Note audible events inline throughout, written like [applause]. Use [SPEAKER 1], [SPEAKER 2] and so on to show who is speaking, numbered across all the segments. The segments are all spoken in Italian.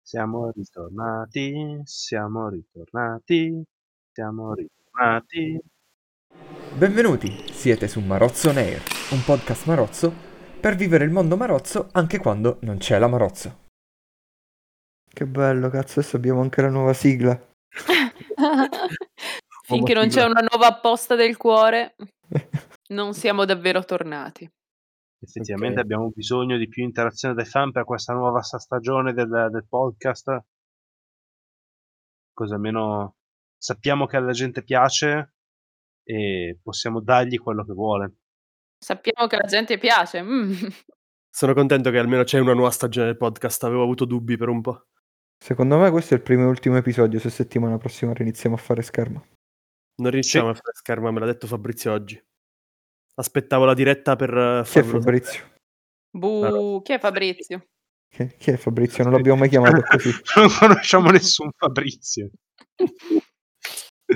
[SPEAKER 1] Siamo ritornati, siamo ritornati, siamo ritornati.
[SPEAKER 2] Benvenuti, siete su Marozzo on Air, un podcast marozzo per vivere il mondo marozzo anche quando non c'è la marozzo.
[SPEAKER 3] Che bello, cazzo, adesso abbiamo anche la nuova sigla.
[SPEAKER 4] [laughs] Finché non c'è una nuova apposta del cuore, non siamo davvero tornati.
[SPEAKER 1] Effettivamente
[SPEAKER 3] Ok.
[SPEAKER 1] abbiamo bisogno di più interazione dai fan per questa nuova sa- stagione del, del podcast. Così almeno sappiamo che alla gente piace e possiamo dargli quello che vuole.
[SPEAKER 4] Sappiamo che la gente piace.
[SPEAKER 5] [laughs]
[SPEAKER 4] mm.
[SPEAKER 5] Sono contento che almeno c'è una nuova stagione del podcast, avevo avuto dubbi per un po'.
[SPEAKER 3] Secondo me questo è il primo e ultimo episodio, se settimana prossima riniziamo a fare scherma.
[SPEAKER 5] Non riusciamo a fare scherma, me l'ha detto Fabrizio oggi. Aspettavo la diretta per eh,
[SPEAKER 3] Chi è
[SPEAKER 5] farlo.
[SPEAKER 3] Fabrizio?
[SPEAKER 4] Buh, chi è
[SPEAKER 5] [laughs]
[SPEAKER 4] Fabrizio?
[SPEAKER 3] Chi chi è Fabrizio? Non l'abbiamo
[SPEAKER 2] [laughs]
[SPEAKER 3] mai chiamato così.
[SPEAKER 1] [laughs] non conosciamo nessun Fabrizio.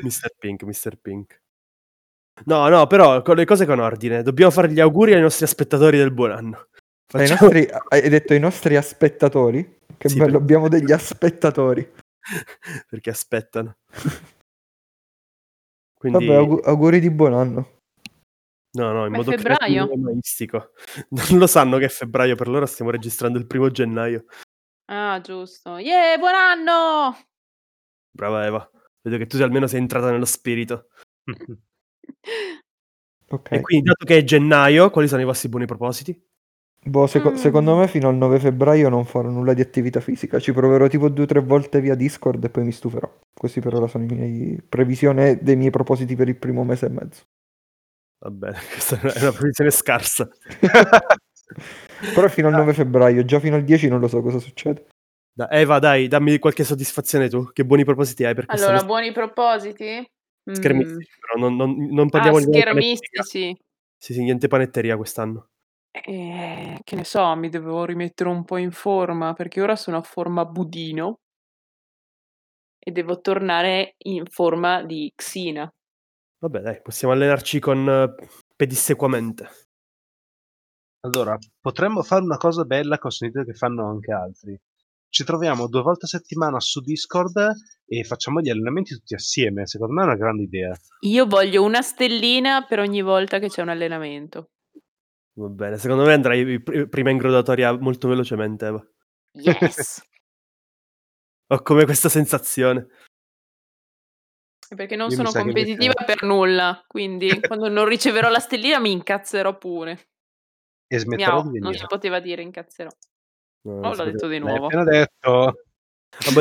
[SPEAKER 5] Mr. Pink, Mr. Pink. No, no, però con le cose con ordine. Dobbiamo fare gli auguri ai nostri aspettatori del buon anno.
[SPEAKER 3] Ai
[SPEAKER 5] Facciamo-
[SPEAKER 3] nostri- hai detto i nostri aspettatori? Che
[SPEAKER 5] Sì,
[SPEAKER 3] bello,
[SPEAKER 5] per-
[SPEAKER 3] abbiamo degli aspettatori.
[SPEAKER 5] [laughs]
[SPEAKER 3] [laughs]
[SPEAKER 5] perché aspettano. Quindi,
[SPEAKER 3] Vabbè, augu- auguri di buon anno.
[SPEAKER 5] no, no, in
[SPEAKER 4] Ma è
[SPEAKER 5] modo
[SPEAKER 4] febbraio?
[SPEAKER 5] creativo e umanistico. [laughs] Non lo sanno che è febbraio, per loro stiamo registrando il primo gennaio.
[SPEAKER 4] Ah, giusto. Yeah, buon anno!
[SPEAKER 5] Brava Eva, vedo che tu almeno sei entrata nello spirito.
[SPEAKER 3] Ok.
[SPEAKER 5] E quindi, dato che è gennaio, quali sono i vostri buoni propositi?
[SPEAKER 3] Boh, seco-
[SPEAKER 4] Mm.
[SPEAKER 3] secondo me fino al 9 febbraio non farò nulla di attività fisica. Ci proverò tipo due o tre volte via Discord e poi mi stuferò. Questi per ora sono i miei previsioni dei miei propositi per il primo mese e mezzo.
[SPEAKER 5] Va bene, [laughs] questa è una posizione scarsa.
[SPEAKER 3] Però fino al
[SPEAKER 4] Ah.
[SPEAKER 3] 9 febbraio, già fino al 10 non lo so cosa succede.
[SPEAKER 5] Da- Eva, dai, dammi qualche soddisfazione tu. Che buoni propositi hai per questa
[SPEAKER 4] Allora,
[SPEAKER 5] nostra-
[SPEAKER 4] buoni propositi? Mm.
[SPEAKER 5] schermisti, però non, non- non parliamo
[SPEAKER 4] Ah,
[SPEAKER 5] di niente panetteria.
[SPEAKER 4] schermistici.
[SPEAKER 5] Sì, sì, niente panetteria quest'anno.
[SPEAKER 4] Eh, che ne so, mi devo rimettere un po' in forma perché ora sono a forma budino e devo tornare in forma di Xina.
[SPEAKER 5] Vabbè, dai, possiamo allenarci con eh, pedissequamente.
[SPEAKER 1] Allora, potremmo fare una cosa bella che ho sentito che fanno anche altri. Ci troviamo due volte a settimana su Discord e facciamo gli allenamenti tutti assieme. Secondo me è una grande idea.
[SPEAKER 4] Io voglio una stellina per ogni volta che c'è un allenamento.
[SPEAKER 5] Va bene, secondo me andrai pr- eh, prima in gradatoria molto velocemente, Eva.
[SPEAKER 4] Yes!
[SPEAKER 5] Ho come questa sensazione.
[SPEAKER 4] [laughs] Perché non
[SPEAKER 1] Io mi
[SPEAKER 4] sono
[SPEAKER 1] sa che
[SPEAKER 4] competitiva per nulla,
[SPEAKER 1] [laughs]
[SPEAKER 4] quindi quando non riceverò la stellina mi incazzerò pure.
[SPEAKER 1] E smetterò
[SPEAKER 4] Miau,
[SPEAKER 1] di
[SPEAKER 4] non si
[SPEAKER 1] venire.
[SPEAKER 4] poteva dire incazzerò.
[SPEAKER 5] No,
[SPEAKER 4] Oh, l'ho
[SPEAKER 5] sapete-
[SPEAKER 4] detto di
[SPEAKER 1] L'hai
[SPEAKER 4] nuovo.
[SPEAKER 1] appena detto.
[SPEAKER 5] Vabbè,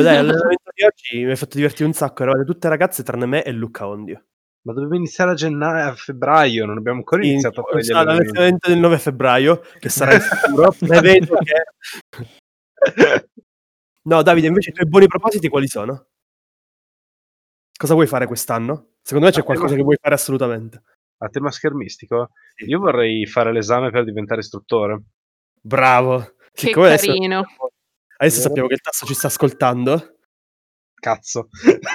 [SPEAKER 4] [laughs]
[SPEAKER 5] dai, l'allenamento di oggi mi ha fatto divertire un sacco. Eravate tutte ragazze tranne me e Luca Ondio.
[SPEAKER 1] Ma dobbiamo iniziare a gennaio, a febbraio, non abbiamo ancora iniziato a fare gli
[SPEAKER 5] Sarà
[SPEAKER 1] allenamenti.
[SPEAKER 5] l'allenamento del 9 febbraio, che sarà il futuro. Prevedo che... No, Davide, invece i tuoi buoni propositi quali sono? Cosa vuoi fare quest'anno? Secondo me c'è qualcosa che vuoi fare assolutamente.
[SPEAKER 1] [laughs] A tema schermistico, io vorrei fare l'esame per diventare istruttore.
[SPEAKER 5] Bravo.
[SPEAKER 4] Che
[SPEAKER 5] Siccome adesso-
[SPEAKER 4] carino.
[SPEAKER 5] Adesso sappiamo che il tasso ci sta ascoltando.
[SPEAKER 1] Cazzo. [laughs]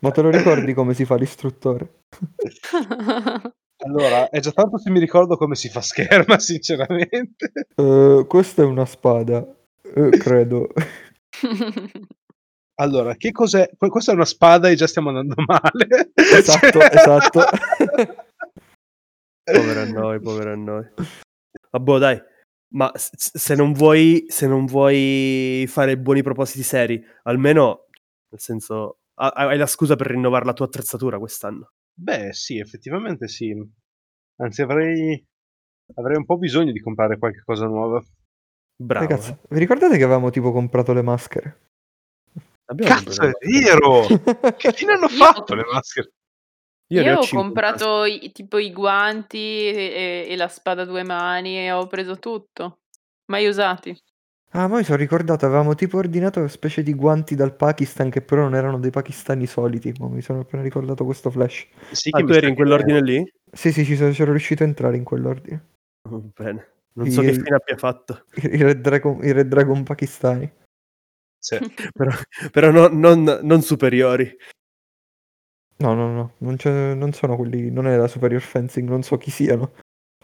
[SPEAKER 3] Ma te lo ricordi come si fa l'istruttore?
[SPEAKER 1] allora, è già tanto se mi ricordo come si fa scherma, [laughs] sinceramente.
[SPEAKER 3] Eh, questa è una spada, Eh,
[SPEAKER 4] [laughs]
[SPEAKER 3] credo.
[SPEAKER 1] Allora, che cos'è? que- Questa è una spada e già stiamo andando [laughs] male.
[SPEAKER 3] Esatto,
[SPEAKER 1] Cioè-
[SPEAKER 3] esatto.
[SPEAKER 1] [laughs]
[SPEAKER 5] Povero a noi, povero a noi. Vabbè, dai. Ma s- s- se non vuoi, se non vuoi fare buoni propositi seri, almeno, nel senso, ha- hai la scusa per rinnovare la tua attrezzatura quest'anno.
[SPEAKER 1] Beh, sì, effettivamente sì. Anzi, avrei, avrei un po' bisogno di comprare qualche cosa nuova.
[SPEAKER 5] Bravo.
[SPEAKER 3] Ragazzi, vi ricordate che avevamo tipo comprato le maschere?
[SPEAKER 5] Abbiamo
[SPEAKER 1] Cazzo, è
[SPEAKER 5] comprato-
[SPEAKER 3] [laughs]
[SPEAKER 5] [laughs]
[SPEAKER 1] vero! Che fine hanno
[SPEAKER 4] Io-
[SPEAKER 1] fatto le maschere?
[SPEAKER 4] Io, [laughs]
[SPEAKER 5] ne ho
[SPEAKER 4] ho
[SPEAKER 5] cinque in casa.
[SPEAKER 4] comprato i- tipo i guanti e, e la spada a due mani e ho preso tutto. Mai usati.
[SPEAKER 3] Ah, ma mi sono ricordato, avevamo tipo ordinato specie di guanti dal Pakistan che però non erano dei pakistani soliti, ma mi sono appena ricordato questo flash.
[SPEAKER 1] Sì,
[SPEAKER 5] Ah,
[SPEAKER 1] che
[SPEAKER 5] tu
[SPEAKER 1] mi sa
[SPEAKER 5] eri in
[SPEAKER 1] che-
[SPEAKER 5] quell'ordine lì?
[SPEAKER 3] Sì, sì, ci sono, c'ero riuscito a entrare in quell'ordine. [laughs]
[SPEAKER 5] Oh, Bene. Non so che
[SPEAKER 3] Io-
[SPEAKER 5] fine abbia fatto,
[SPEAKER 3] I, i Red Dragon, i Red Dragon pakistani.
[SPEAKER 4] [laughs]
[SPEAKER 1] Sì.
[SPEAKER 5] però, però no- non, non superiori.
[SPEAKER 3] No, no, no, non, c'è- non sono quelli, non è la superior fencing, non so chi siano.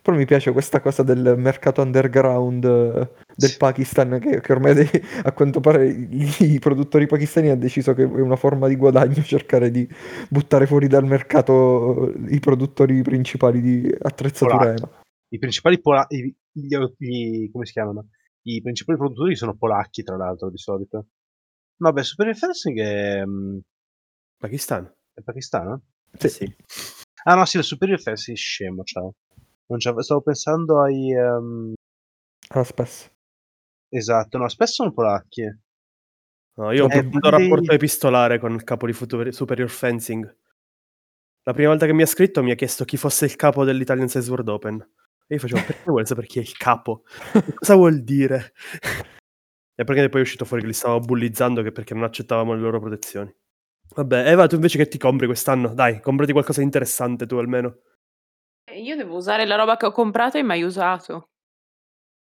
[SPEAKER 3] Però mi piace questa cosa del mercato underground eh, del
[SPEAKER 1] Sì.
[SPEAKER 3] Pakistan, che, che ormai dei- a quanto pare i, i produttori pakistani hanno deciso che è una forma di guadagno cercare di buttare fuori dal mercato eh, i produttori principali di attrezzatura
[SPEAKER 1] Polacchi.
[SPEAKER 3] EMA.
[SPEAKER 1] I principali pola- i- gli- gli- come si chiamano? I principali produttori sono polacchi, tra l'altro, di solito. No, beh, Super Fencing è, mm,
[SPEAKER 5] Pakistan.
[SPEAKER 1] è pakistano?
[SPEAKER 3] Sì.
[SPEAKER 1] Ah no, sì, il Superior Fest è scemo, ciao. Non c'avevo- stavo pensando ai... ehm,
[SPEAKER 3] Alla spessa.
[SPEAKER 1] esatto, no, spesso sono polacchi.
[SPEAKER 5] No, io ho
[SPEAKER 1] Eh,
[SPEAKER 5] appunto un
[SPEAKER 1] quindi-
[SPEAKER 5] rapporto epistolare con il capo di Futu- Superior Fencing. La prima volta che mi ha scritto mi ha chiesto chi fosse il capo dell'Italian Size World Open. E io facevo, perché vuole sapere chi è il capo? Cosa vuol dire? E perché poi è uscito fuori che li stavamo bullizzando che perché non accettavamo le loro protezioni. Vabbè, Eva, tu invece che ti compri quest'anno? Dai, comprati qualcosa di interessante tu almeno.
[SPEAKER 4] Eh, Io devo usare la roba che ho comprato e mai usato.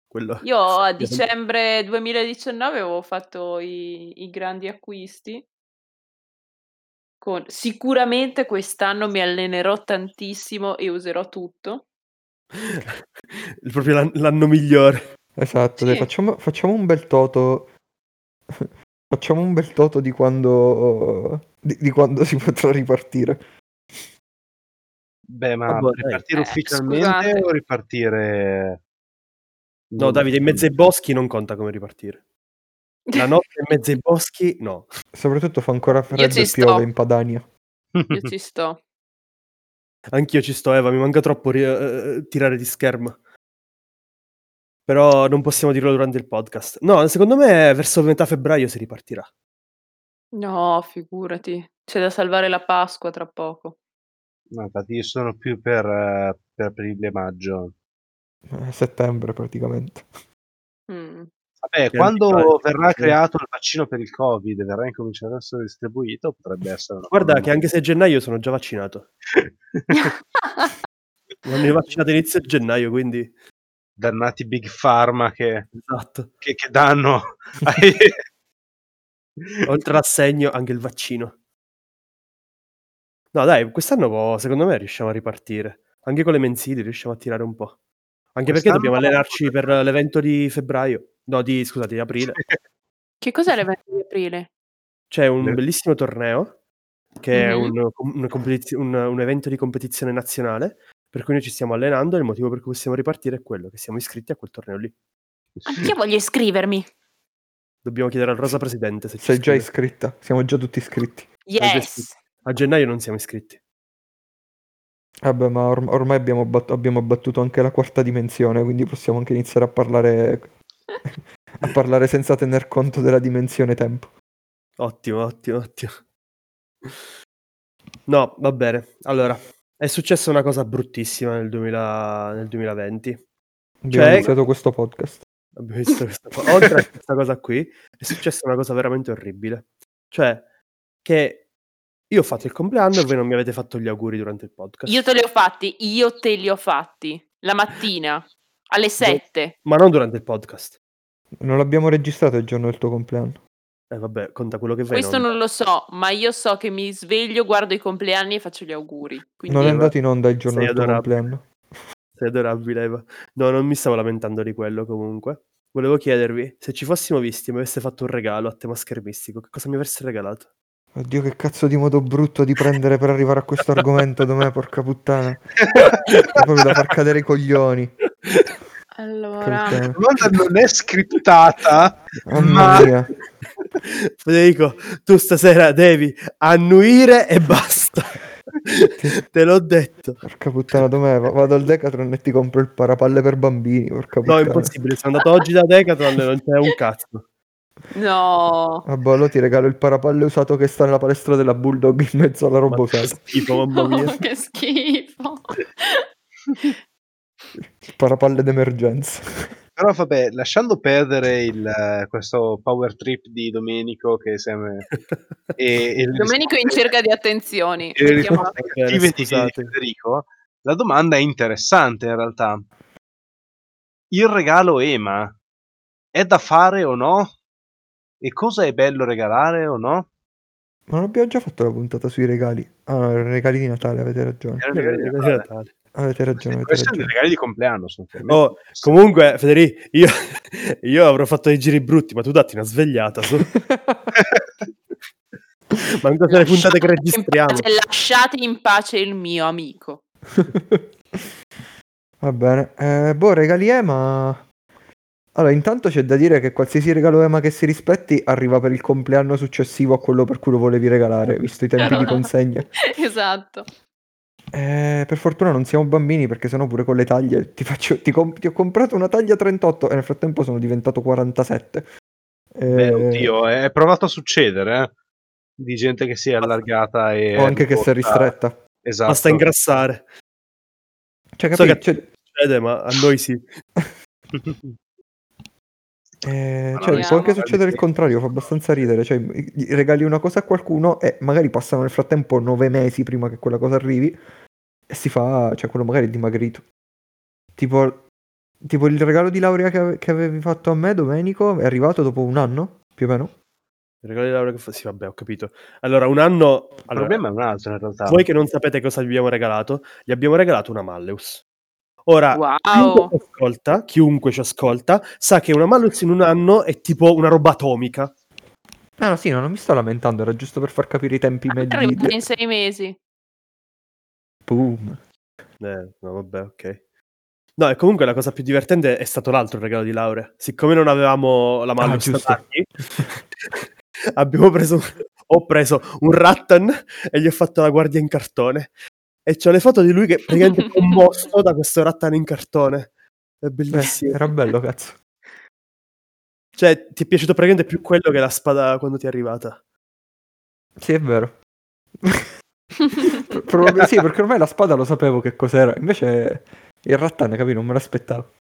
[SPEAKER 5] Quello.
[SPEAKER 4] Io a
[SPEAKER 5] [laughs] Sì,
[SPEAKER 4] dicembre 2019 avevo fatto i, i grandi acquisti. Con, sicuramente quest'anno mi allenerò tantissimo e userò tutto.
[SPEAKER 5] il proprio l'an- l'anno migliore.
[SPEAKER 3] Esatto, dai,
[SPEAKER 4] Sì.
[SPEAKER 3] facciamo, facciamo un bel toto. [laughs] facciamo un bel toto di quando, di- di quando si potrà ripartire.
[SPEAKER 1] Beh, ma
[SPEAKER 5] Vabbè, Ah, boh, dai.
[SPEAKER 1] ripartire
[SPEAKER 4] Eh,
[SPEAKER 1] ufficialmente
[SPEAKER 4] scusate.
[SPEAKER 1] o ripartire...
[SPEAKER 5] No, Davide, in mezzo ai boschi non conta come ripartire. La
[SPEAKER 4] [laughs]
[SPEAKER 5] notte in mezzo ai boschi, no.
[SPEAKER 3] Soprattutto fa ancora freddo
[SPEAKER 4] ci
[SPEAKER 3] e piove
[SPEAKER 4] sto.
[SPEAKER 3] in Padania.
[SPEAKER 1] [laughs]
[SPEAKER 4] Io ci sto.
[SPEAKER 5] Anch'io ci sto, Eva, mi manca troppo ri- eh, tirare di schermo. Però non possiamo dirlo durante il podcast. No, secondo me verso metà febbraio si ripartirà.
[SPEAKER 4] No, figurati. C'è da salvare la Pasqua tra poco.
[SPEAKER 1] No, infatti io sono più per, eh, per aprile-maggio.
[SPEAKER 3] Eh, settembre praticamente.
[SPEAKER 4] Mm.
[SPEAKER 1] Vabbè,
[SPEAKER 5] Che
[SPEAKER 1] quando
[SPEAKER 5] anche-
[SPEAKER 1] verrà
[SPEAKER 5] sì.
[SPEAKER 1] creato il vaccino per il Covid e verrà incominciato ad essere distribuito, potrebbe essere... una
[SPEAKER 5] Guarda
[SPEAKER 1] cosa-
[SPEAKER 5] che anche se è gennaio sono già vaccinato. Non mi vaccinato inizio gennaio, quindi...
[SPEAKER 1] [laughs] Dannati Big Pharma che,
[SPEAKER 5] Esatto.
[SPEAKER 1] che, che
[SPEAKER 5] [laughs]
[SPEAKER 1] danno ai...
[SPEAKER 5] Oltre l'assegno, anche il vaccino. No, dai, quest'anno boh, secondo me riusciamo a ripartire. Anche con le mensili riusciamo a tirare un po'. Anche perché
[SPEAKER 1] Quest'anno-
[SPEAKER 5] dobbiamo allenarci per l'evento di febbraio. No, di, scusate, di aprile.
[SPEAKER 4] Che cos'è l'evento di aprile?
[SPEAKER 5] c'è un
[SPEAKER 1] Le-
[SPEAKER 5] bellissimo torneo che è
[SPEAKER 4] Mhm.
[SPEAKER 5] un, un competiz- un- un evento di competizione nazionale per cui noi ci stiamo allenando e il motivo per cui possiamo ripartire è quello che siamo iscritti a quel torneo lì. [laughs]
[SPEAKER 4] Anch'io voglio iscrivermi.
[SPEAKER 5] Dobbiamo chiedere al Rosa Presidente se ci
[SPEAKER 3] Sei già
[SPEAKER 5] iscrive.
[SPEAKER 3] iscritta, siamo già tutti iscritti.
[SPEAKER 4] Yes.
[SPEAKER 5] A gennaio non siamo iscritti.
[SPEAKER 3] Vabbè, ma orm- ormai abbiamo, bat- abbiamo battuto anche la quarta dimensione, quindi possiamo anche iniziare a parlare [laughs] a parlare senza tener conto della dimensione tempo.
[SPEAKER 5] Ottimo, ottimo, ottimo. No, va bene. Allora, è successa una cosa bruttissima nel, 2000 nel 2020.
[SPEAKER 3] Abbiamo
[SPEAKER 5] Cioè-
[SPEAKER 3] iniziato questo podcast.
[SPEAKER 5] Abbiamo visto
[SPEAKER 4] [laughs]
[SPEAKER 5] questa cosa. Oltre a questa cosa qui, è successa una cosa veramente orribile. Cioè, che io ho fatto il compleanno e voi non mi avete fatto gli auguri durante il podcast.
[SPEAKER 4] Io te li ho fatti, io te li ho fatti. La mattina,
[SPEAKER 5] Boh.
[SPEAKER 4] alle 7.
[SPEAKER 5] Ma non durante il podcast.
[SPEAKER 3] Non l'abbiamo registrato il giorno del tuo compleanno.
[SPEAKER 5] Eh vabbè, conta quello che fai.
[SPEAKER 4] Questo non lo so, ma io so che mi sveglio, guardo i compleanni e faccio gli auguri. Quindi
[SPEAKER 3] Non è andato in onda il giorno
[SPEAKER 5] Sei
[SPEAKER 3] del tuo
[SPEAKER 5] adorabile.
[SPEAKER 3] compleanno.
[SPEAKER 5] Sei adorabile, Eva. No, non mi stavo lamentando di quello comunque. Volevo chiedervi, se ci fossimo visti e mi aveste fatto un regalo a tema schermistico, che cosa mi avreste regalato?
[SPEAKER 3] Oddio, che cazzo di modo brutto di prendere per arrivare a questo argomento domè, porca puttana. Proprio da far cadere i coglioni.
[SPEAKER 4] allora,
[SPEAKER 3] Puttana.
[SPEAKER 1] La domanda non è scriptata,
[SPEAKER 3] Mamma mia.
[SPEAKER 5] Federico, tu stasera devi annuire e basta. Te l'ho detto.
[SPEAKER 3] Porca puttana, dov'è? Va- Vado al Decathlon e ti compro il parapalle per bambini, porca
[SPEAKER 5] No,
[SPEAKER 3] puttana.
[SPEAKER 5] è impossibile. Sono andato oggi da Decathlon e non c'è un cazzo.
[SPEAKER 4] no,
[SPEAKER 3] [laughs] Vabbè, allora ti regalo il parapalle usato che sta nella palestra della Bulldog in mezzo alla roba
[SPEAKER 5] Ma che
[SPEAKER 3] usata.
[SPEAKER 5] schifo, mamma
[SPEAKER 4] [laughs]
[SPEAKER 5] mia.
[SPEAKER 4] che schifo.
[SPEAKER 3] Parapalle d'emergenza. [laughs]
[SPEAKER 1] però vabbè, lasciando perdere il, eh, questo power trip di Domenico che sembra...
[SPEAKER 5] [laughs]
[SPEAKER 1] E, e le
[SPEAKER 4] Domenico è in
[SPEAKER 1] risposte-
[SPEAKER 4] cerca di attenzioni.
[SPEAKER 1] e le
[SPEAKER 4] Mettiamo-
[SPEAKER 1] risposte
[SPEAKER 5] Va bene,
[SPEAKER 1] cattive di
[SPEAKER 5] scusate.
[SPEAKER 1] Federico, la domanda è interessante in realtà. Il regalo EMA è da fare o no? E cosa è bello regalare o no?
[SPEAKER 3] Ma non abbiamo già fatto la puntata sui regali. Ah, no, i regali di Natale, avete ragione.
[SPEAKER 5] Eh,
[SPEAKER 1] Era il regalo di Natale.
[SPEAKER 5] Natale.
[SPEAKER 3] Avete ragione. Avete
[SPEAKER 1] Questi sono
[SPEAKER 3] ragione.
[SPEAKER 1] i regali di compleanno, sono per me.
[SPEAKER 5] Oh,
[SPEAKER 1] [laughs]
[SPEAKER 5] Comunque, Federico, io, io avrò fatto dei giri brutti, ma tu datti una svegliata. su- ma non le puntate che registriamo.
[SPEAKER 4] Lasciate in pace- lasciate in pace il mio amico.
[SPEAKER 3] [laughs] Va bene. Eh, boh, regali Ema. Allora, intanto c'è da dire che qualsiasi regalo Ema che si rispetti arriva per il compleanno successivo a quello per cui lo volevi regalare, visto i tempi di consegna.
[SPEAKER 4] [laughs] esatto.
[SPEAKER 3] Eh, per fortuna non siamo bambini perché sennò pure con le taglie ti, faccio, ti, com- ti ho comprato una taglia 38 e nel frattempo sono diventato 47. Eh,
[SPEAKER 1] Beh, oddio, è è provato a succedere, eh, Di gente che si è allargata e...
[SPEAKER 3] O anche che si è ristretta.
[SPEAKER 1] Esatto.
[SPEAKER 5] Basta ingrassare.
[SPEAKER 3] Cioè,
[SPEAKER 5] So
[SPEAKER 3] capi,
[SPEAKER 5] che-
[SPEAKER 3] cioè,
[SPEAKER 5] Succede, ma a noi sì.
[SPEAKER 3] eh,
[SPEAKER 1] Ma
[SPEAKER 3] cioè,
[SPEAKER 4] no,
[SPEAKER 3] può anche
[SPEAKER 4] no,
[SPEAKER 3] succedere il
[SPEAKER 1] no.
[SPEAKER 3] contrario, fa abbastanza ridere. Cioè, gli regali una cosa a qualcuno e magari passano nel frattempo nove mesi prima che quella cosa arrivi e si fa, cioè quello magari è dimagrito. Tipo, tipo il regalo di laurea che, ave- che avevi fatto a me, Domenico, è arrivato dopo un anno, più o meno.
[SPEAKER 5] Il regalo di laurea che fa- Sì, vabbè, ho capito. Allora, un anno...
[SPEAKER 1] Il
[SPEAKER 5] Allora,
[SPEAKER 1] problema è un altro, in realtà.
[SPEAKER 5] voi che non sapete cosa gli abbiamo regalato, gli abbiamo regalato una Malleus. Ora,
[SPEAKER 4] Wow.
[SPEAKER 5] chiunque ci ascolta, chiunque ci ascolta, sa che una Malleus in un anno è tipo una roba atomica.
[SPEAKER 3] Ah, No, no, sì, no, non mi sto lamentando, era giusto per far capire i tempi medi.
[SPEAKER 4] Arrivata in sei mesi.
[SPEAKER 3] Boom.
[SPEAKER 5] Eh, no, vabbè, ok. No, e comunque la cosa più divertente è stato l'altro regalo di laurea. Siccome non avevamo la mano
[SPEAKER 3] Ah, giusto.
[SPEAKER 5] abbiamo preso, ho preso un rattan e gli ho fatto la guardia in cartone. E c'ho le foto di lui che è
[SPEAKER 3] [laughs]
[SPEAKER 5] praticamente commosso da questo rattan in cartone. È
[SPEAKER 3] [laughs] Beh,
[SPEAKER 5] bellissimo.
[SPEAKER 3] era bello, cazzo.
[SPEAKER 5] Cioè, ti è piaciuto praticamente più quello che la spada quando ti è arrivata.
[SPEAKER 3] Sì, è vero. Pro- probab- sì, perché ormai la spada lo sapevo che cos'era. Invece il rattan, capito, non me l'aspettavo.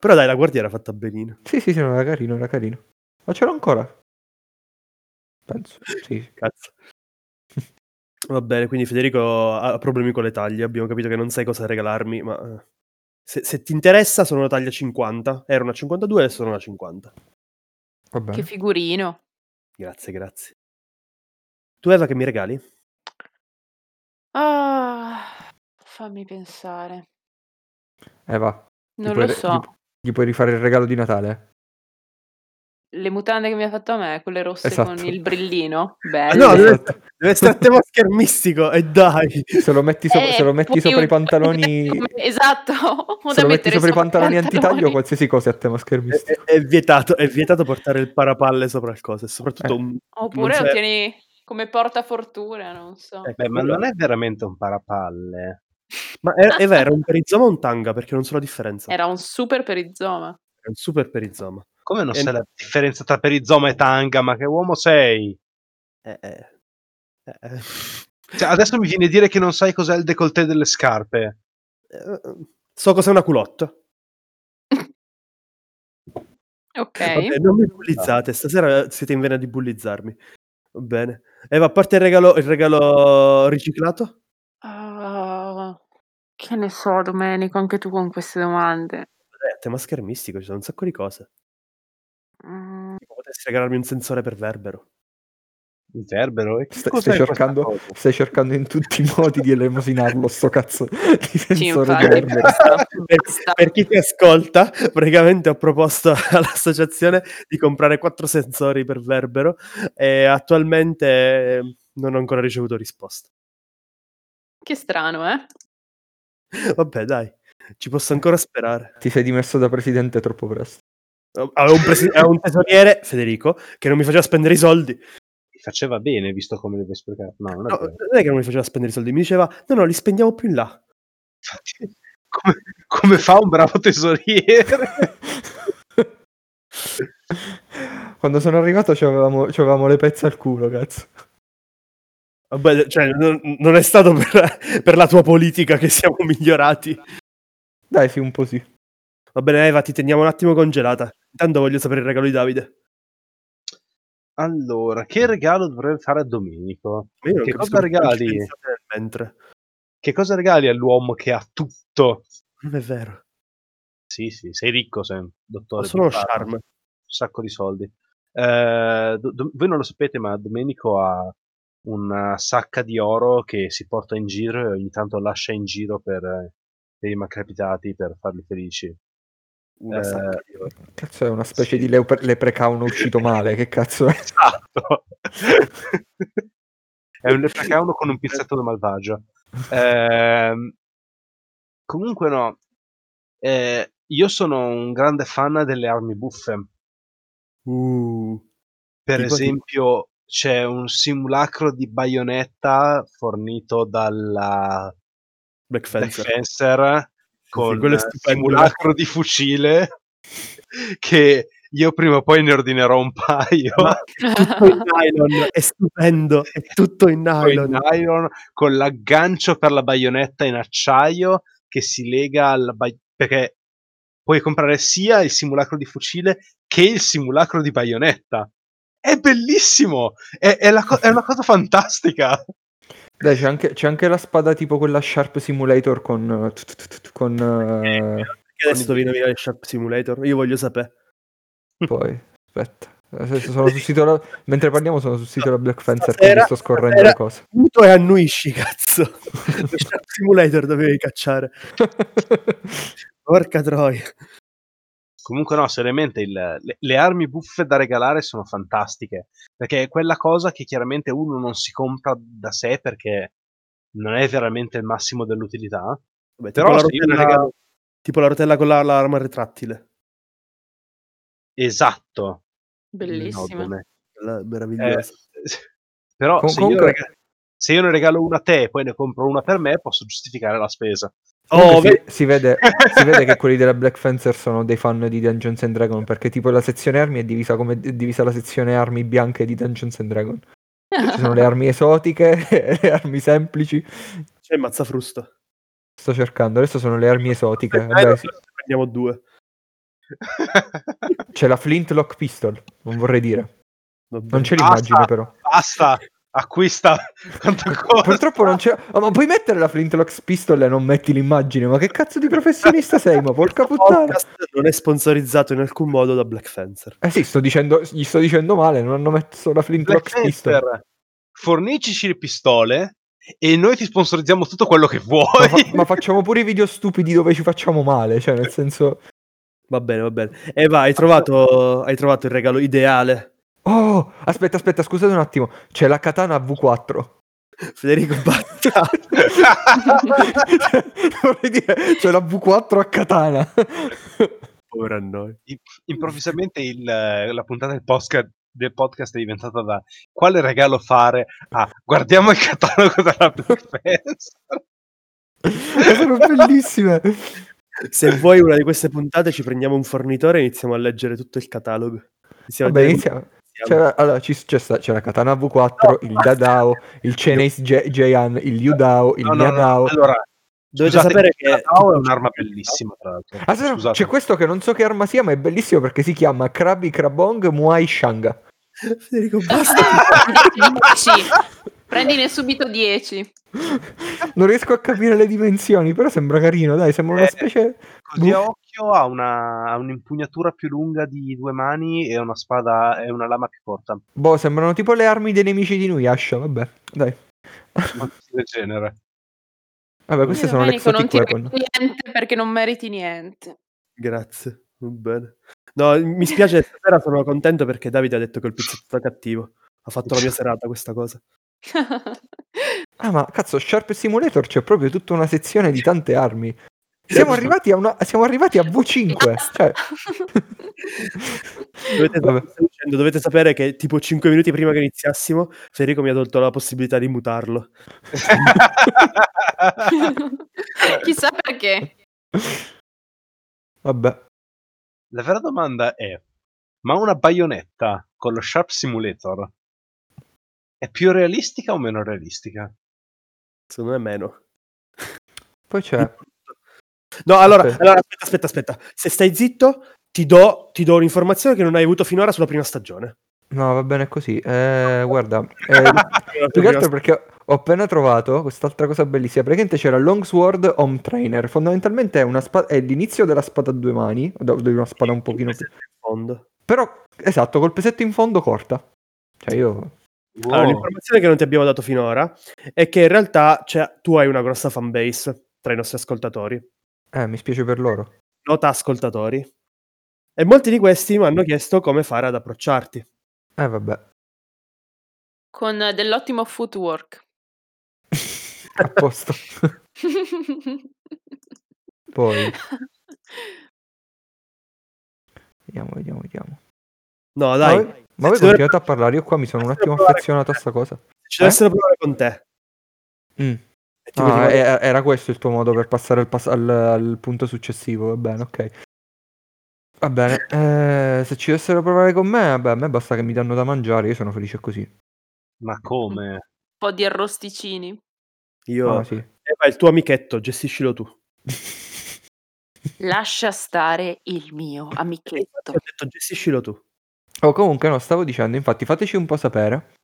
[SPEAKER 5] Però dai, la guardia era fatta benino.
[SPEAKER 3] Sì, sì, sì, no, era carino, era carino. Ma ce l'ho ancora? Penso. Sì.
[SPEAKER 5] Cazzo. Va bene, quindi Federico ha problemi con le taglie. Abbiamo capito che non sai cosa regalarmi, ma eh, se, se ti interessa sono una taglia 50. Era una 52 adesso sono una 50.
[SPEAKER 3] Va
[SPEAKER 4] Che
[SPEAKER 3] bene.
[SPEAKER 4] figurino.
[SPEAKER 5] Grazie, grazie. Tu Eva che mi regali?
[SPEAKER 4] Ah, fammi pensare.
[SPEAKER 3] Eh, va. Gli
[SPEAKER 4] Non
[SPEAKER 3] puoi
[SPEAKER 4] lo
[SPEAKER 3] re-
[SPEAKER 4] so.
[SPEAKER 3] Gli, gli puoi rifare il regalo di Natale.
[SPEAKER 4] Le mutande che mi ha fatto a me, quelle rosse
[SPEAKER 3] Esatto.
[SPEAKER 4] con
[SPEAKER 3] [laughs]
[SPEAKER 4] il brillino.
[SPEAKER 5] Ah,
[SPEAKER 4] Bello.
[SPEAKER 5] no, deve,
[SPEAKER 3] Esatto.
[SPEAKER 5] deve essere a tema schermistico. E dai,
[SPEAKER 3] Se lo metti, sopra-
[SPEAKER 4] Eh,
[SPEAKER 3] se lo metti
[SPEAKER 4] puoi
[SPEAKER 3] sopra i
[SPEAKER 4] ut-
[SPEAKER 3] pantaloni...
[SPEAKER 4] [laughs] come- Esatto. o
[SPEAKER 3] Se
[SPEAKER 4] da
[SPEAKER 3] lo metti
[SPEAKER 4] mettere
[SPEAKER 3] sopra i pantaloni
[SPEAKER 4] pantaloni.
[SPEAKER 3] antitaglio, qualsiasi cosa è a tema
[SPEAKER 5] è,
[SPEAKER 3] schermistico.
[SPEAKER 5] è- è vietato, è vietato portare il parapalle sopra il coso. E soprattutto
[SPEAKER 3] Eh.
[SPEAKER 5] un.
[SPEAKER 4] Oppure
[SPEAKER 5] non
[SPEAKER 4] lo
[SPEAKER 5] c'è-
[SPEAKER 4] tieni come portafortuna, non so.
[SPEAKER 3] Esatto.
[SPEAKER 5] ecco,
[SPEAKER 1] Beh, Eh, ma
[SPEAKER 5] quello-
[SPEAKER 1] non è veramente un parapalle.
[SPEAKER 5] ma è- Eva era un perizoma o un tanga? Perché non so la differenza.
[SPEAKER 4] Era un super perizoma.
[SPEAKER 5] È un super perizoma.
[SPEAKER 1] Come non
[SPEAKER 5] Eh,
[SPEAKER 1] sai
[SPEAKER 5] no.
[SPEAKER 1] la differenza tra perizoma e tanga? Ma che uomo sei?
[SPEAKER 5] Eh, eh. Eh, eh.
[SPEAKER 1] Cioè, adesso mi viene a dire che non sai cos'è il décolleté delle scarpe.
[SPEAKER 5] Eh, So cos'è una culotte.
[SPEAKER 4] Ok.
[SPEAKER 5] Vabbè, non mi bullizzate, stasera siete in vena di bullizzarmi. Va bene. Eva, a parte il regalo, il regalo riciclato?
[SPEAKER 4] Ah, che ne so, Domenico, anche tu con queste domande.
[SPEAKER 5] Eh, tema schermistico, ci sono un sacco di cose.
[SPEAKER 4] Mm,
[SPEAKER 5] Tipo, potresti regalarmi un sensore per verbero.
[SPEAKER 1] Il verbero? E che
[SPEAKER 3] Stai,
[SPEAKER 1] cos'è
[SPEAKER 3] stai cercando,
[SPEAKER 1] questa cosa?
[SPEAKER 3] stai cercando in tutti i modi di elemosinarlo, sto cazzo [laughs] di
[SPEAKER 4] sì,
[SPEAKER 3] sensore di
[SPEAKER 4] infatti,
[SPEAKER 3] verbero.
[SPEAKER 4] basta,
[SPEAKER 3] [laughs]
[SPEAKER 5] Per,
[SPEAKER 4] basta.
[SPEAKER 5] per chi ti ascolta, praticamente ho proposto [laughs] all'associazione di comprare quattro sensori per verbero e attualmente eh, non ho ancora ricevuto risposta.
[SPEAKER 4] Che strano, eh?
[SPEAKER 5] Vabbè, dai, ci posso ancora sperare.
[SPEAKER 3] Ti sei dimesso da presidente troppo presto. [laughs]
[SPEAKER 5] Avevo un, presi- avevo un tesoriere, Federico, che non mi faceva spendere i soldi.
[SPEAKER 1] Mi faceva bene, visto come deve sprecare. No, non è
[SPEAKER 5] No,
[SPEAKER 1] vero. [laughs]
[SPEAKER 5] non è che non mi faceva spendere i soldi, mi diceva, no, no, li spendiamo più in là.
[SPEAKER 1] Infatti, come, come fa un bravo tesoriere?
[SPEAKER 3] Quando sono arrivato c'avevamo, c'avevamo le pezze al culo, cazzo.
[SPEAKER 5] Vabbè, cioè, non, non è stato per, [laughs] per la tua politica che siamo [laughs] migliorati.
[SPEAKER 3] Dai, sì, un po' sì.
[SPEAKER 5] Va bene, Eva, ti teniamo un attimo congelata. Intanto voglio sapere il regalo di Davide.
[SPEAKER 1] Allora, che regalo dovrebbe fare a Domenico?
[SPEAKER 5] Ma io non
[SPEAKER 1] Che
[SPEAKER 5] capisco
[SPEAKER 1] cosa
[SPEAKER 5] perché non ci
[SPEAKER 1] regali?
[SPEAKER 5] pensate nel Mentre.
[SPEAKER 1] Che cosa regali all'uomo che ha tutto?
[SPEAKER 5] Non è vero.
[SPEAKER 1] Sì, sì, sei ricco, sei,
[SPEAKER 5] Ho
[SPEAKER 1] dottore.
[SPEAKER 5] solo uno
[SPEAKER 1] Pimparo.
[SPEAKER 5] charm.
[SPEAKER 1] un sacco di soldi. Eh, do- do- voi non lo sapete, ma Domenico ha una sacca di oro che si porta in giro e ogni tanto lascia in giro per, eh, per i malcapitati per farli felici.
[SPEAKER 5] Una
[SPEAKER 1] Eh,
[SPEAKER 5] sacca di ore.
[SPEAKER 3] Cazzo, è una specie
[SPEAKER 1] Sì.
[SPEAKER 3] di leopre- leprecaun uscito male. Che cazzo è?
[SPEAKER 5] [laughs]
[SPEAKER 1] Esatto. è un leprechauno con un pizzettone malvagio. Ehm, comunque no, eh, io sono un grande fan delle armi buffe.
[SPEAKER 5] Uh,
[SPEAKER 1] Per
[SPEAKER 5] Tipo-
[SPEAKER 1] esempio, c'è un simulacro di baionetta fornito dalla
[SPEAKER 5] Black
[SPEAKER 1] Black
[SPEAKER 5] Fencer.
[SPEAKER 1] Fencer con
[SPEAKER 5] quello è
[SPEAKER 1] eh,
[SPEAKER 5] stupendo.
[SPEAKER 1] simulacro di fucile [laughs] che io prima o poi ne ordinerò un paio.
[SPEAKER 5] Ma- tutto in
[SPEAKER 4] [laughs]
[SPEAKER 5] nylon, è stupendo, è tutto in
[SPEAKER 1] Poi il
[SPEAKER 5] nylon.
[SPEAKER 1] nylon con l'aggancio per la baionetta in acciaio che si lega alla baionetta perché puoi comprare sia il simulacro di fucile che il simulacro di baionetta. È bellissimo! È, è la co- è una cosa fantastica!
[SPEAKER 3] Dai, c'è anche, c'è anche la spada tipo quella Sharp Simulator con. eh, tut- tut- tut- con eh,
[SPEAKER 5] Perché adesso devi nominare il Sharp Simulator? Io voglio sapere.
[SPEAKER 3] poi, aspetta. Adesso sono sul sito la- Mentre parliamo, sono sul sito della Black Fencer.
[SPEAKER 5] Stasera-
[SPEAKER 3] Quindi sto scorrendo
[SPEAKER 5] stasera-
[SPEAKER 3] le cose.
[SPEAKER 5] Muto e annuisci, [laughs] cazzo. Lo Sharp Simulator dovevi cacciare. Porca troia.
[SPEAKER 1] Comunque no, seriamente il- le, le armi buffe da regalare sono fantastiche, perché è quella cosa che chiaramente uno non si compra da sé perché non è veramente il massimo dell'utilità.
[SPEAKER 5] Vabbè, tipo,
[SPEAKER 1] Però
[SPEAKER 5] la
[SPEAKER 1] se io
[SPEAKER 5] rotella,
[SPEAKER 1] la-
[SPEAKER 5] regalo- tipo la rotella con la- l'arma retrattile.
[SPEAKER 1] Esatto.
[SPEAKER 4] Bellissima.
[SPEAKER 1] Nobile.
[SPEAKER 5] Quella è meravigliosa.
[SPEAKER 1] Eh, Però
[SPEAKER 3] Com-
[SPEAKER 1] se, io
[SPEAKER 3] comunque-
[SPEAKER 1] rega- se io ne regalo una a te e poi ne compro una per me, posso giustificare la
[SPEAKER 3] [laughs]
[SPEAKER 1] spesa.
[SPEAKER 5] oh,
[SPEAKER 3] Comunque
[SPEAKER 5] vedi,
[SPEAKER 3] si, si vede, si vede che quelli della Black Fencer sono dei fan di Dungeons and Dragons perché tipo la sezione armi è divisa come è divisa la sezione armi bianche di Dungeons and Dragons. Ci sono le armi esotiche, [laughs] le armi semplici.
[SPEAKER 5] c'è il mazzafrusto.
[SPEAKER 3] Sto cercando, adesso sono le armi esotiche.
[SPEAKER 5] Dai,
[SPEAKER 3] Vabbè, sì.
[SPEAKER 5] Eh, Prendiamo due.
[SPEAKER 3] C'è la Flintlock Pistol, non vorrei dire.
[SPEAKER 5] Vabbè. Ah,
[SPEAKER 3] Non c'è
[SPEAKER 1] Basta.
[SPEAKER 3] l'immagine però.
[SPEAKER 1] Basta, acquista quanto costa.
[SPEAKER 3] Purtroppo non c'è... Oh, ma puoi mettere la Flintlock Pistol e non metti l'immagine? Ma che cazzo di professionista sei? Ma porca
[SPEAKER 5] Questo
[SPEAKER 3] puttana.
[SPEAKER 5] podcast non è sponsorizzato in alcun modo da Black Fencer.
[SPEAKER 3] Eh sì, sto dicendo, gli sto dicendo male, non hanno messo la
[SPEAKER 1] Black
[SPEAKER 3] Flintlock Pistol.
[SPEAKER 1] Panther, forniscici le pistole e noi ti sponsorizziamo tutto quello che
[SPEAKER 3] ma,
[SPEAKER 1] vuoi.
[SPEAKER 3] fa- ma facciamo pure i video stupidi dove ci facciamo male, cioè nel senso...
[SPEAKER 5] Va bene, va bene. E va, hai trovato, hai trovato il regalo ideale. [laughs]
[SPEAKER 3] Oh, aspetta, aspetta, scusate un attimo, c'è la katana V4.
[SPEAKER 5] Federico Batta.
[SPEAKER 3] [laughs]
[SPEAKER 5] [laughs]
[SPEAKER 3] Vorrei dire, c'è la V4 a katana. [laughs]
[SPEAKER 5] Povero a noi.
[SPEAKER 1] [laughs] I- improvvisamente il, eh, la puntata del podcast, del podcast è diventata da quale regalo fare a guardiamo il catalogo
[SPEAKER 3] [laughs]
[SPEAKER 1] della Black Panther.
[SPEAKER 3] Sono bellissime.
[SPEAKER 5] Se vuoi una di queste puntate, ci prendiamo un fornitore e iniziamo a leggere tutto il catalogo. Iniziamo
[SPEAKER 3] Vabbè, cioè,
[SPEAKER 5] a vedere-
[SPEAKER 3] iniziamo. C'era, allora, ci- c'è, sta- c'è la katana V4,
[SPEAKER 1] Oh,
[SPEAKER 3] il Dadao, il Chinese J- Jayan, il Liu Dao, il
[SPEAKER 1] No, no, no,
[SPEAKER 3] Mia Dao.
[SPEAKER 1] Allora,
[SPEAKER 5] Dovete
[SPEAKER 1] scusate,
[SPEAKER 5] sapere che
[SPEAKER 1] la DAO è un'arma bellissima, tra l'altro.
[SPEAKER 3] Ah, se no,
[SPEAKER 1] Scusate.
[SPEAKER 3] c'è questo che non so che arma sia, ma è bellissimo perché si chiama Krabi Krabong
[SPEAKER 1] [laughs]
[SPEAKER 3] Muay Shanga.
[SPEAKER 5] [laughs] Federico Basta.
[SPEAKER 4] Ah, Sì. Prendine subito 10.
[SPEAKER 3] Non riesco a capire le dimensioni, però sembra carino, dai, sembra una
[SPEAKER 1] Eh,
[SPEAKER 3] specie...
[SPEAKER 1] [laughs] Così a
[SPEAKER 3] Buff.
[SPEAKER 1] occhio ha, una, ha un'impugnatura più lunga di due mani e una spada e una lama più corta.
[SPEAKER 3] Boh, sembrano tipo le armi dei nemici di Nuyasha, vabbè, dai.
[SPEAKER 1] qualcosa del genere.
[SPEAKER 3] Vabbè, queste sono le
[SPEAKER 4] Domenico, non
[SPEAKER 3] exotic
[SPEAKER 4] ti
[SPEAKER 3] weapon.
[SPEAKER 4] regalo niente perché non meriti niente.
[SPEAKER 5] Grazie. Va bene. No, mi spiace, stasera sono contento perché Davide ha detto che il pizzotto è cattivo. Ha fatto la mia serata questa cosa.
[SPEAKER 3] Ah, ma cazzo, Sharp Simulator c'è proprio tutta una sezione di tante armi. Siamo arrivati a, una- siamo arrivati a V5.
[SPEAKER 1] [laughs]
[SPEAKER 3] Cioè...
[SPEAKER 5] Dovete,
[SPEAKER 3] Vabbè.
[SPEAKER 5] stavo dicendo, dovete sapere che tipo 5 minuti prima che iniziassimo, Federico mi ha tolto la possibilità di mutarlo.
[SPEAKER 4] [laughs] Chissà perché.
[SPEAKER 3] Vabbè.
[SPEAKER 1] [laughs] La vera domanda è: ma una baionetta con lo Sharp Simulator è più realistica o meno realistica?
[SPEAKER 5] Secondo me meno.
[SPEAKER 3] Poi c'è.
[SPEAKER 5] No, allora,
[SPEAKER 3] Aspetta.
[SPEAKER 5] allora, aspetta, aspetta, aspetta. Se stai zitto, ti do, ti do un'informazione che non hai avuto finora sulla prima stagione.
[SPEAKER 3] No, va bene così. Eh,
[SPEAKER 5] [laughs]
[SPEAKER 3] guarda. eh, più che altro perché ho appena trovato quest'altra cosa bellissima. Praticamente c'era Longsword Home Trainer. Fondamentalmente è, una spa- è l'inizio della spada a due mani. o Di una spada un pochino più.
[SPEAKER 5] In fondo.
[SPEAKER 3] Però, esatto, col pesetto in fondo corta. Cioè io...
[SPEAKER 1] Wow.
[SPEAKER 5] Allora, l'informazione che non ti abbiamo dato finora è che in realtà cioè, tu hai una grossa fanbase tra i nostri ascoltatori,
[SPEAKER 3] Eh, mi spiace per loro.
[SPEAKER 5] nota ascoltatori, e molti di questi mi hanno chiesto come fare ad approcciarti.
[SPEAKER 3] Eh, vabbè.
[SPEAKER 4] Con eh, dell'ottimo footwork.
[SPEAKER 3] A posto. [laughs] Poi. Vediamo, vediamo, vediamo.
[SPEAKER 5] No, dai,
[SPEAKER 3] Ma voi, ma voi
[SPEAKER 5] Se dovrebbe-
[SPEAKER 3] continuate a parlare, io qua mi sono un attimo
[SPEAKER 5] provare-
[SPEAKER 3] affezionato a sta cosa.
[SPEAKER 5] ci dovessero provare con te.
[SPEAKER 3] Mm.
[SPEAKER 5] E tipo
[SPEAKER 3] Ah,
[SPEAKER 5] ti-
[SPEAKER 3] e- era questo il tuo modo per passare al, pas- al- al punto successivo, va bene, ok. Va bene, eh, se ci dovessero provare con me, vabbè, a me basta che mi danno da mangiare, io sono felice così.
[SPEAKER 1] Ma come?
[SPEAKER 4] po' di arrosticini.
[SPEAKER 5] Io,
[SPEAKER 3] Ah, sì.
[SPEAKER 5] Eh, ma il tuo amichetto, gestiscilo tu.
[SPEAKER 4] Lascia stare il mio
[SPEAKER 3] [laughs]
[SPEAKER 4] amichetto.
[SPEAKER 5] Ho detto gestiscilo tu.
[SPEAKER 3] Oh, comunque no, stavo dicendo, infatti fateci un po' sapere,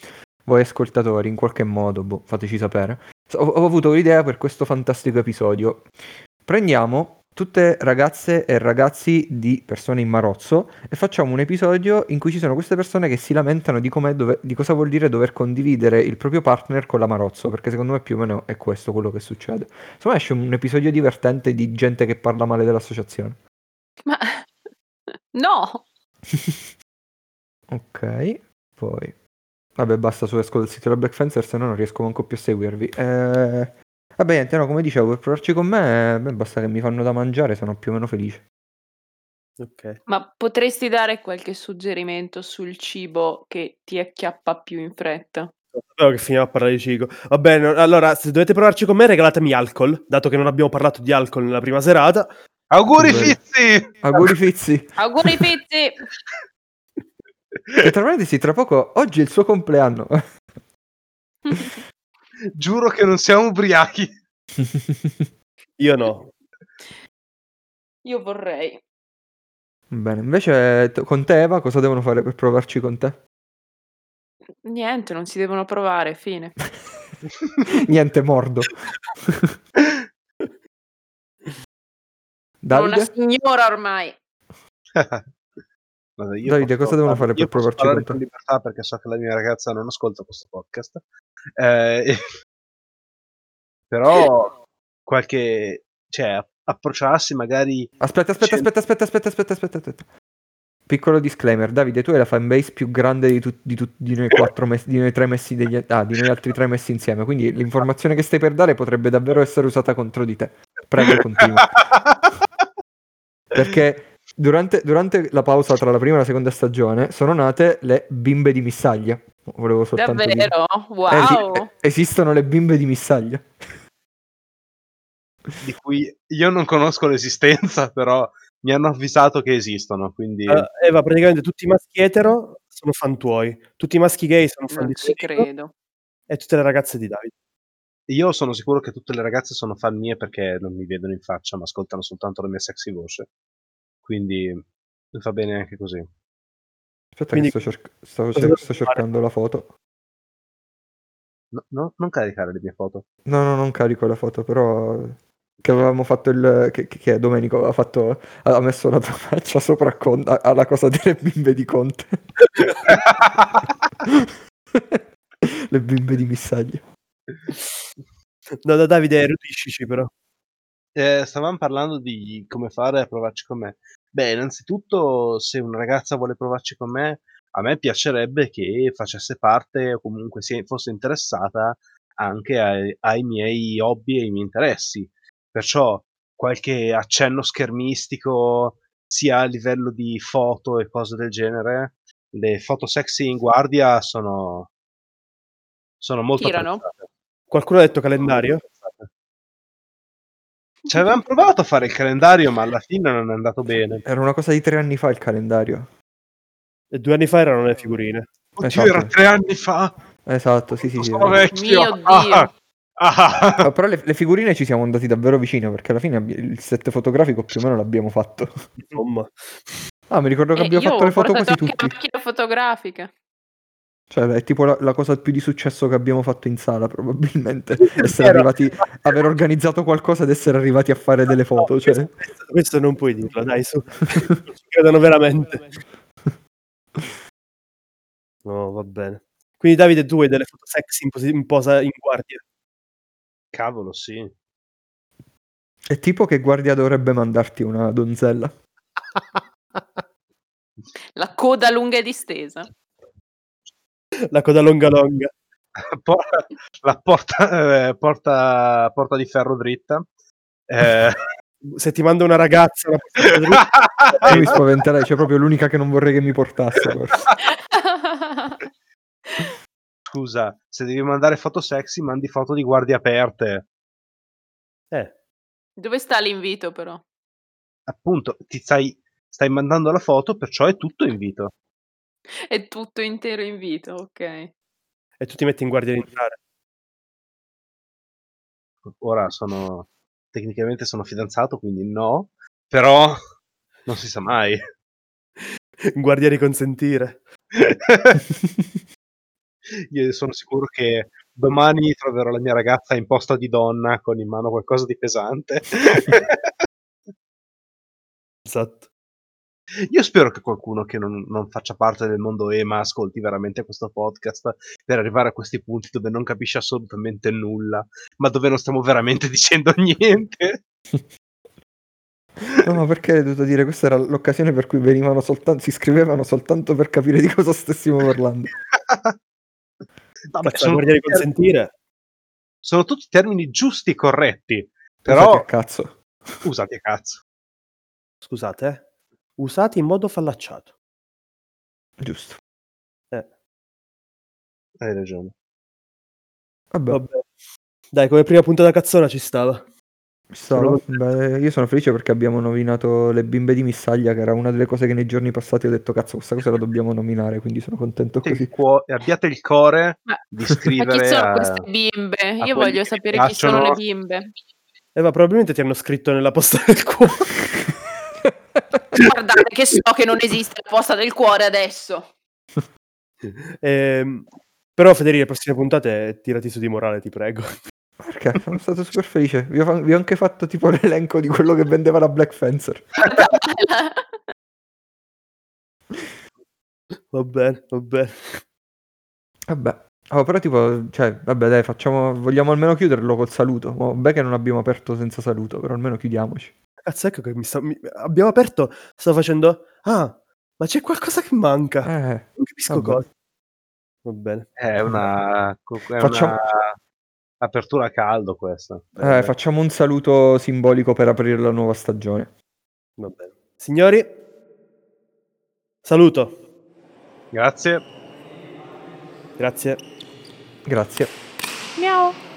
[SPEAKER 3] voi ascoltatori, in qualche modo, boh, fateci sapere. S- Ho, ho avuto un'idea per questo fantastico episodio. Prendiamo tutte ragazze e ragazzi di persone in Marozzo e facciamo un episodio in cui ci sono queste persone che si lamentano di, com'è dove- di cosa vuol dire dover condividere il proprio partner con la Marozzo, perché secondo me più o meno è questo quello che succede. Insomma esce un episodio divertente di gente che parla male dell'associazione.
[SPEAKER 4] Ma no,
[SPEAKER 3] Ok, poi. Vabbè, basta su esco del sito della Black Fencer, se no non riesco manco più a seguirvi. Eh, Vabbè, niente, no, come dicevo, per provarci con me, eh, beh, basta che mi fanno da mangiare, sono più o meno felice.
[SPEAKER 5] Ok.
[SPEAKER 4] ma potresti dare qualche suggerimento sul cibo che ti acchiappa più in fretta?
[SPEAKER 5] Sapevo che finiamo a parlare di cibo. Va bene, allora, se dovete provarci con me, regalatemi alcol, dato che non abbiamo parlato di alcol nella prima serata.
[SPEAKER 1] Auguri
[SPEAKER 3] Beh.
[SPEAKER 1] Fizzi! [laughs]
[SPEAKER 3] Auguri Fizzi! [laughs]
[SPEAKER 4] [laughs] Auguri Pizzi!
[SPEAKER 3] E tra parentesi, tra poco, oggi è il suo compleanno. [laughs]
[SPEAKER 1] Giuro che non siamo ubriachi. [laughs]
[SPEAKER 5] Io no.
[SPEAKER 4] Io vorrei.
[SPEAKER 3] Bene, invece t- con te Eva cosa devono fare per provarci con te? [laughs]
[SPEAKER 4] Niente, non si devono provare, fine.
[SPEAKER 3] Niente, mordo.
[SPEAKER 4] Sono una
[SPEAKER 3] Davide?
[SPEAKER 4] signora ormai.
[SPEAKER 1] Vabbè, io
[SPEAKER 3] Davide, cosa devono fare
[SPEAKER 1] io
[SPEAKER 3] per provarci
[SPEAKER 1] posso parlare
[SPEAKER 3] con te?
[SPEAKER 1] con libertà perché so che la mia ragazza non ascolta questo podcast. Eh, [laughs] e- Però qualche... cioè, approcciarsi magari...
[SPEAKER 3] Aspetta, aspetta,
[SPEAKER 1] Cento-
[SPEAKER 3] aspetta, aspetta, aspetta, aspetta, aspetta, aspetta. Piccolo disclaimer, Davide, tu hai la fanbase più grande di, tut- di tut- di noi quattro messi, di noi tre messi degli, ah, di noi altri tre messi insieme, quindi l'informazione che stai per dare potrebbe davvero essere usata contro di te. Prego,
[SPEAKER 1] [laughs]
[SPEAKER 5] [laughs]
[SPEAKER 3] continua. Perché durante, durante la pausa tra la prima e la seconda stagione sono nate le bimbe di missaglia. Volevo soltanto dire.
[SPEAKER 4] Davvero?
[SPEAKER 3] Eh, sì,
[SPEAKER 4] Wow!
[SPEAKER 3] eh, esistono le bimbe di missaglia.
[SPEAKER 1] di cui io non conosco l'esistenza, però mi hanno avvisato che esistono, quindi...
[SPEAKER 3] Eh,
[SPEAKER 5] Allora, Eh, Eva, praticamente tutti i maschi etero sono fan tuoi, tutti i maschi gay sono fan
[SPEAKER 4] Non
[SPEAKER 5] di
[SPEAKER 4] ci
[SPEAKER 5] te
[SPEAKER 4] credo.
[SPEAKER 5] e tutte le ragazze di Davide.
[SPEAKER 1] Io sono sicuro che tutte le ragazze sono fan mie perché non mi vedono in faccia, ma ascoltano soltanto la mia sexy voce. Quindi va bene anche così.
[SPEAKER 3] Aspetta
[SPEAKER 5] Quindi-
[SPEAKER 3] che sto, cerc- sto-
[SPEAKER 5] Cosa devo
[SPEAKER 3] sto
[SPEAKER 5] fare?
[SPEAKER 3] cercando la foto.
[SPEAKER 1] No, no, non caricare le mie foto.
[SPEAKER 3] No, no, non carico la foto, però che avevamo fatto il che, che- che Domenico aveva fatto ha messo la tua faccia sopra Con- a- alla cosa delle bimbe di Conte. [laughs] Le bimbe di missaglia.
[SPEAKER 5] No, da Davide, erudiscici però.
[SPEAKER 1] Eh, stavamo parlando di come fare a provarci con me. Beh, innanzitutto, se una ragazza vuole provarci con me, a me piacerebbe che facesse parte o comunque sia- fosse interessata anche ai, ai miei hobby e ai miei interessi. Perciò qualche accenno schermistico, sia a livello di foto e cose del genere, le foto sexy in guardia sono, sono molto
[SPEAKER 4] Tirano?
[SPEAKER 1] apprezzate.
[SPEAKER 5] Qualcuno ha detto calendario?
[SPEAKER 1] Ci avevamo provato a fare il calendario, ma alla fine non è andato bene.
[SPEAKER 3] Era una cosa di tre anni fa il calendario.
[SPEAKER 5] E due anni fa erano le figurine.
[SPEAKER 1] Oddio,
[SPEAKER 3] Esatto.
[SPEAKER 1] era tre anni fa.
[SPEAKER 3] Esatto, sì, sì, ah, sì.
[SPEAKER 1] Sono vecchio. [laughs]
[SPEAKER 4] Mio Dio.
[SPEAKER 1] Ah.
[SPEAKER 3] Ah, però le, le figurine ci siamo andati davvero vicino perché alla fine abbi- il set fotografico più o meno l'abbiamo fatto.
[SPEAKER 5] Insomma,
[SPEAKER 3] Ah, mi ricordo che
[SPEAKER 4] Eh,
[SPEAKER 3] abbiamo
[SPEAKER 4] io
[SPEAKER 3] fatto
[SPEAKER 4] ho
[SPEAKER 3] le foto quasi
[SPEAKER 4] portato anche
[SPEAKER 3] tutti.
[SPEAKER 4] la macchina fotografica.
[SPEAKER 3] Cioè, è tipo la, la cosa più di successo che abbiamo fatto in sala, [laughs] probabilmente. essere Eh,
[SPEAKER 5] vero.
[SPEAKER 3] arrivati, aver organizzato qualcosa ed essere arrivati a fare delle foto.
[SPEAKER 5] No,
[SPEAKER 3] Cioè.
[SPEAKER 5] questo, questo non puoi dirlo,
[SPEAKER 3] [laughs]
[SPEAKER 5] dai, su. non ci credono veramente. No, va bene. Quindi Davide, tu hai delle foto sexy in, posi- in posa in
[SPEAKER 4] [laughs]
[SPEAKER 5] guardia.
[SPEAKER 1] Cavolo, sì. [laughs]
[SPEAKER 3] È tipo che guardia dovrebbe mandarti una donzella.
[SPEAKER 4] La coda lunga e distesa. [laughs]
[SPEAKER 5] La coda longa longa.
[SPEAKER 1] Por- la porta, eh, porta, porta di ferro dritta.
[SPEAKER 3] [laughs]
[SPEAKER 1] Eh,
[SPEAKER 5] Se ti manda una ragazza, una
[SPEAKER 4] [laughs]
[SPEAKER 5] persona dritta,
[SPEAKER 3] Io mi spaventerei, c'è proprio l'unica che non vorrei che mi portasse. forse.
[SPEAKER 1] Scusa, se devi mandare foto sexy, mandi foto di guardie aperte.
[SPEAKER 5] eh,
[SPEAKER 4] Dove sta l'invito però?
[SPEAKER 1] Appunto, ti stai, stai mandando la foto, perciò è tutto invito.
[SPEAKER 4] È tutto intero invito, ok.
[SPEAKER 5] e tu ti metti in guardia di entrare.
[SPEAKER 1] Ora sono tecnicamente sono fidanzato, quindi no, però non si sa mai. [laughs]
[SPEAKER 5] In [laughs] guardia
[SPEAKER 3] [laughs]
[SPEAKER 5] di consentire.
[SPEAKER 1] Io sono sicuro che domani troverò la mia ragazza in posta di donna con in mano qualcosa di pesante. [laughs]
[SPEAKER 5] Esatto.
[SPEAKER 1] Io spero che qualcuno che non, non faccia parte del mondo EMA ascolti veramente questo podcast per arrivare a questi punti dove non capisce assolutamente nulla, ma dove non stiamo veramente [laughs] dicendo niente.
[SPEAKER 3] No, ma perché hai dovuto dire? Questa era l'occasione per cui venivano soltanto, si scrivevano soltanto per capire di cosa stessimo parlando. Ah,
[SPEAKER 1] No, beh,
[SPEAKER 5] Cazzo, la guardia di
[SPEAKER 3] certo.
[SPEAKER 5] consentire.
[SPEAKER 1] sono tutti termini giusti e corretti,
[SPEAKER 3] Però...
[SPEAKER 1] però
[SPEAKER 3] Che cazzo.
[SPEAKER 1] usati a cazzo.
[SPEAKER 5] Scusate, eh. usati in modo fallacciato. Eh,
[SPEAKER 3] Giusto.
[SPEAKER 1] Hai ragione.
[SPEAKER 3] Vabbè,
[SPEAKER 5] Vabbè. Dai, come prima puntata cazzona ci stava.
[SPEAKER 3] ci stava. Beh, io sono felice perché abbiamo nominato le bimbe di Missaglia, che era una delle cose che nei giorni passati ho detto, cazzo, questa cosa la dobbiamo nominare, quindi sono contento
[SPEAKER 1] Abbiate
[SPEAKER 3] così.
[SPEAKER 1] il, cuo- abbiate il cuore
[SPEAKER 4] Ma-
[SPEAKER 1] di
[SPEAKER 4] Ma
[SPEAKER 1] scrivere eh,
[SPEAKER 4] chi sono
[SPEAKER 1] a-
[SPEAKER 4] queste bimbe? Io
[SPEAKER 1] quelli
[SPEAKER 4] voglio
[SPEAKER 1] che
[SPEAKER 4] sapere chi
[SPEAKER 1] piacciono.
[SPEAKER 4] sono le bimbe.
[SPEAKER 5] Eh, ma probabilmente ti hanno scritto nella posta del
[SPEAKER 3] [laughs]
[SPEAKER 5] cuore.
[SPEAKER 4] Guardate che so che non esiste la posta del cuore
[SPEAKER 3] [laughs]
[SPEAKER 4] adesso.
[SPEAKER 5] Ehm, però, Federico, le prossime puntate tirati su di morale, ti prego. [laughs]
[SPEAKER 3] Perché? Sono stato super felice. Vi ho, fa- vi ho anche fatto tipo [laughs] l'elenco di quello che vendeva la Black Fencer.
[SPEAKER 5] Va bene, va bene.
[SPEAKER 3] Vabbè. Oh, però tipo, cioè, vabbè dai, facciamo, vogliamo almeno chiuderlo col saluto. Vabbè che non abbiamo aperto senza saluto, però almeno chiudiamoci.
[SPEAKER 5] Cazzo, ecco che mi sta. mi- Abbiamo aperto. Sto facendo. Ah, ma c'è qualcosa che manca. Non
[SPEAKER 3] Eh,
[SPEAKER 5] capisco
[SPEAKER 3] vabbè.
[SPEAKER 5] cosa. Va bene.
[SPEAKER 1] È una, è
[SPEAKER 3] Facciamo-
[SPEAKER 1] una apertura a caldo questa.
[SPEAKER 3] eh, facciamo un saluto simbolico per aprire la nuova stagione.
[SPEAKER 5] Va bene. Signori, saluto.
[SPEAKER 1] Grazie.
[SPEAKER 5] Grazie.
[SPEAKER 3] Grazie.
[SPEAKER 4] Miau.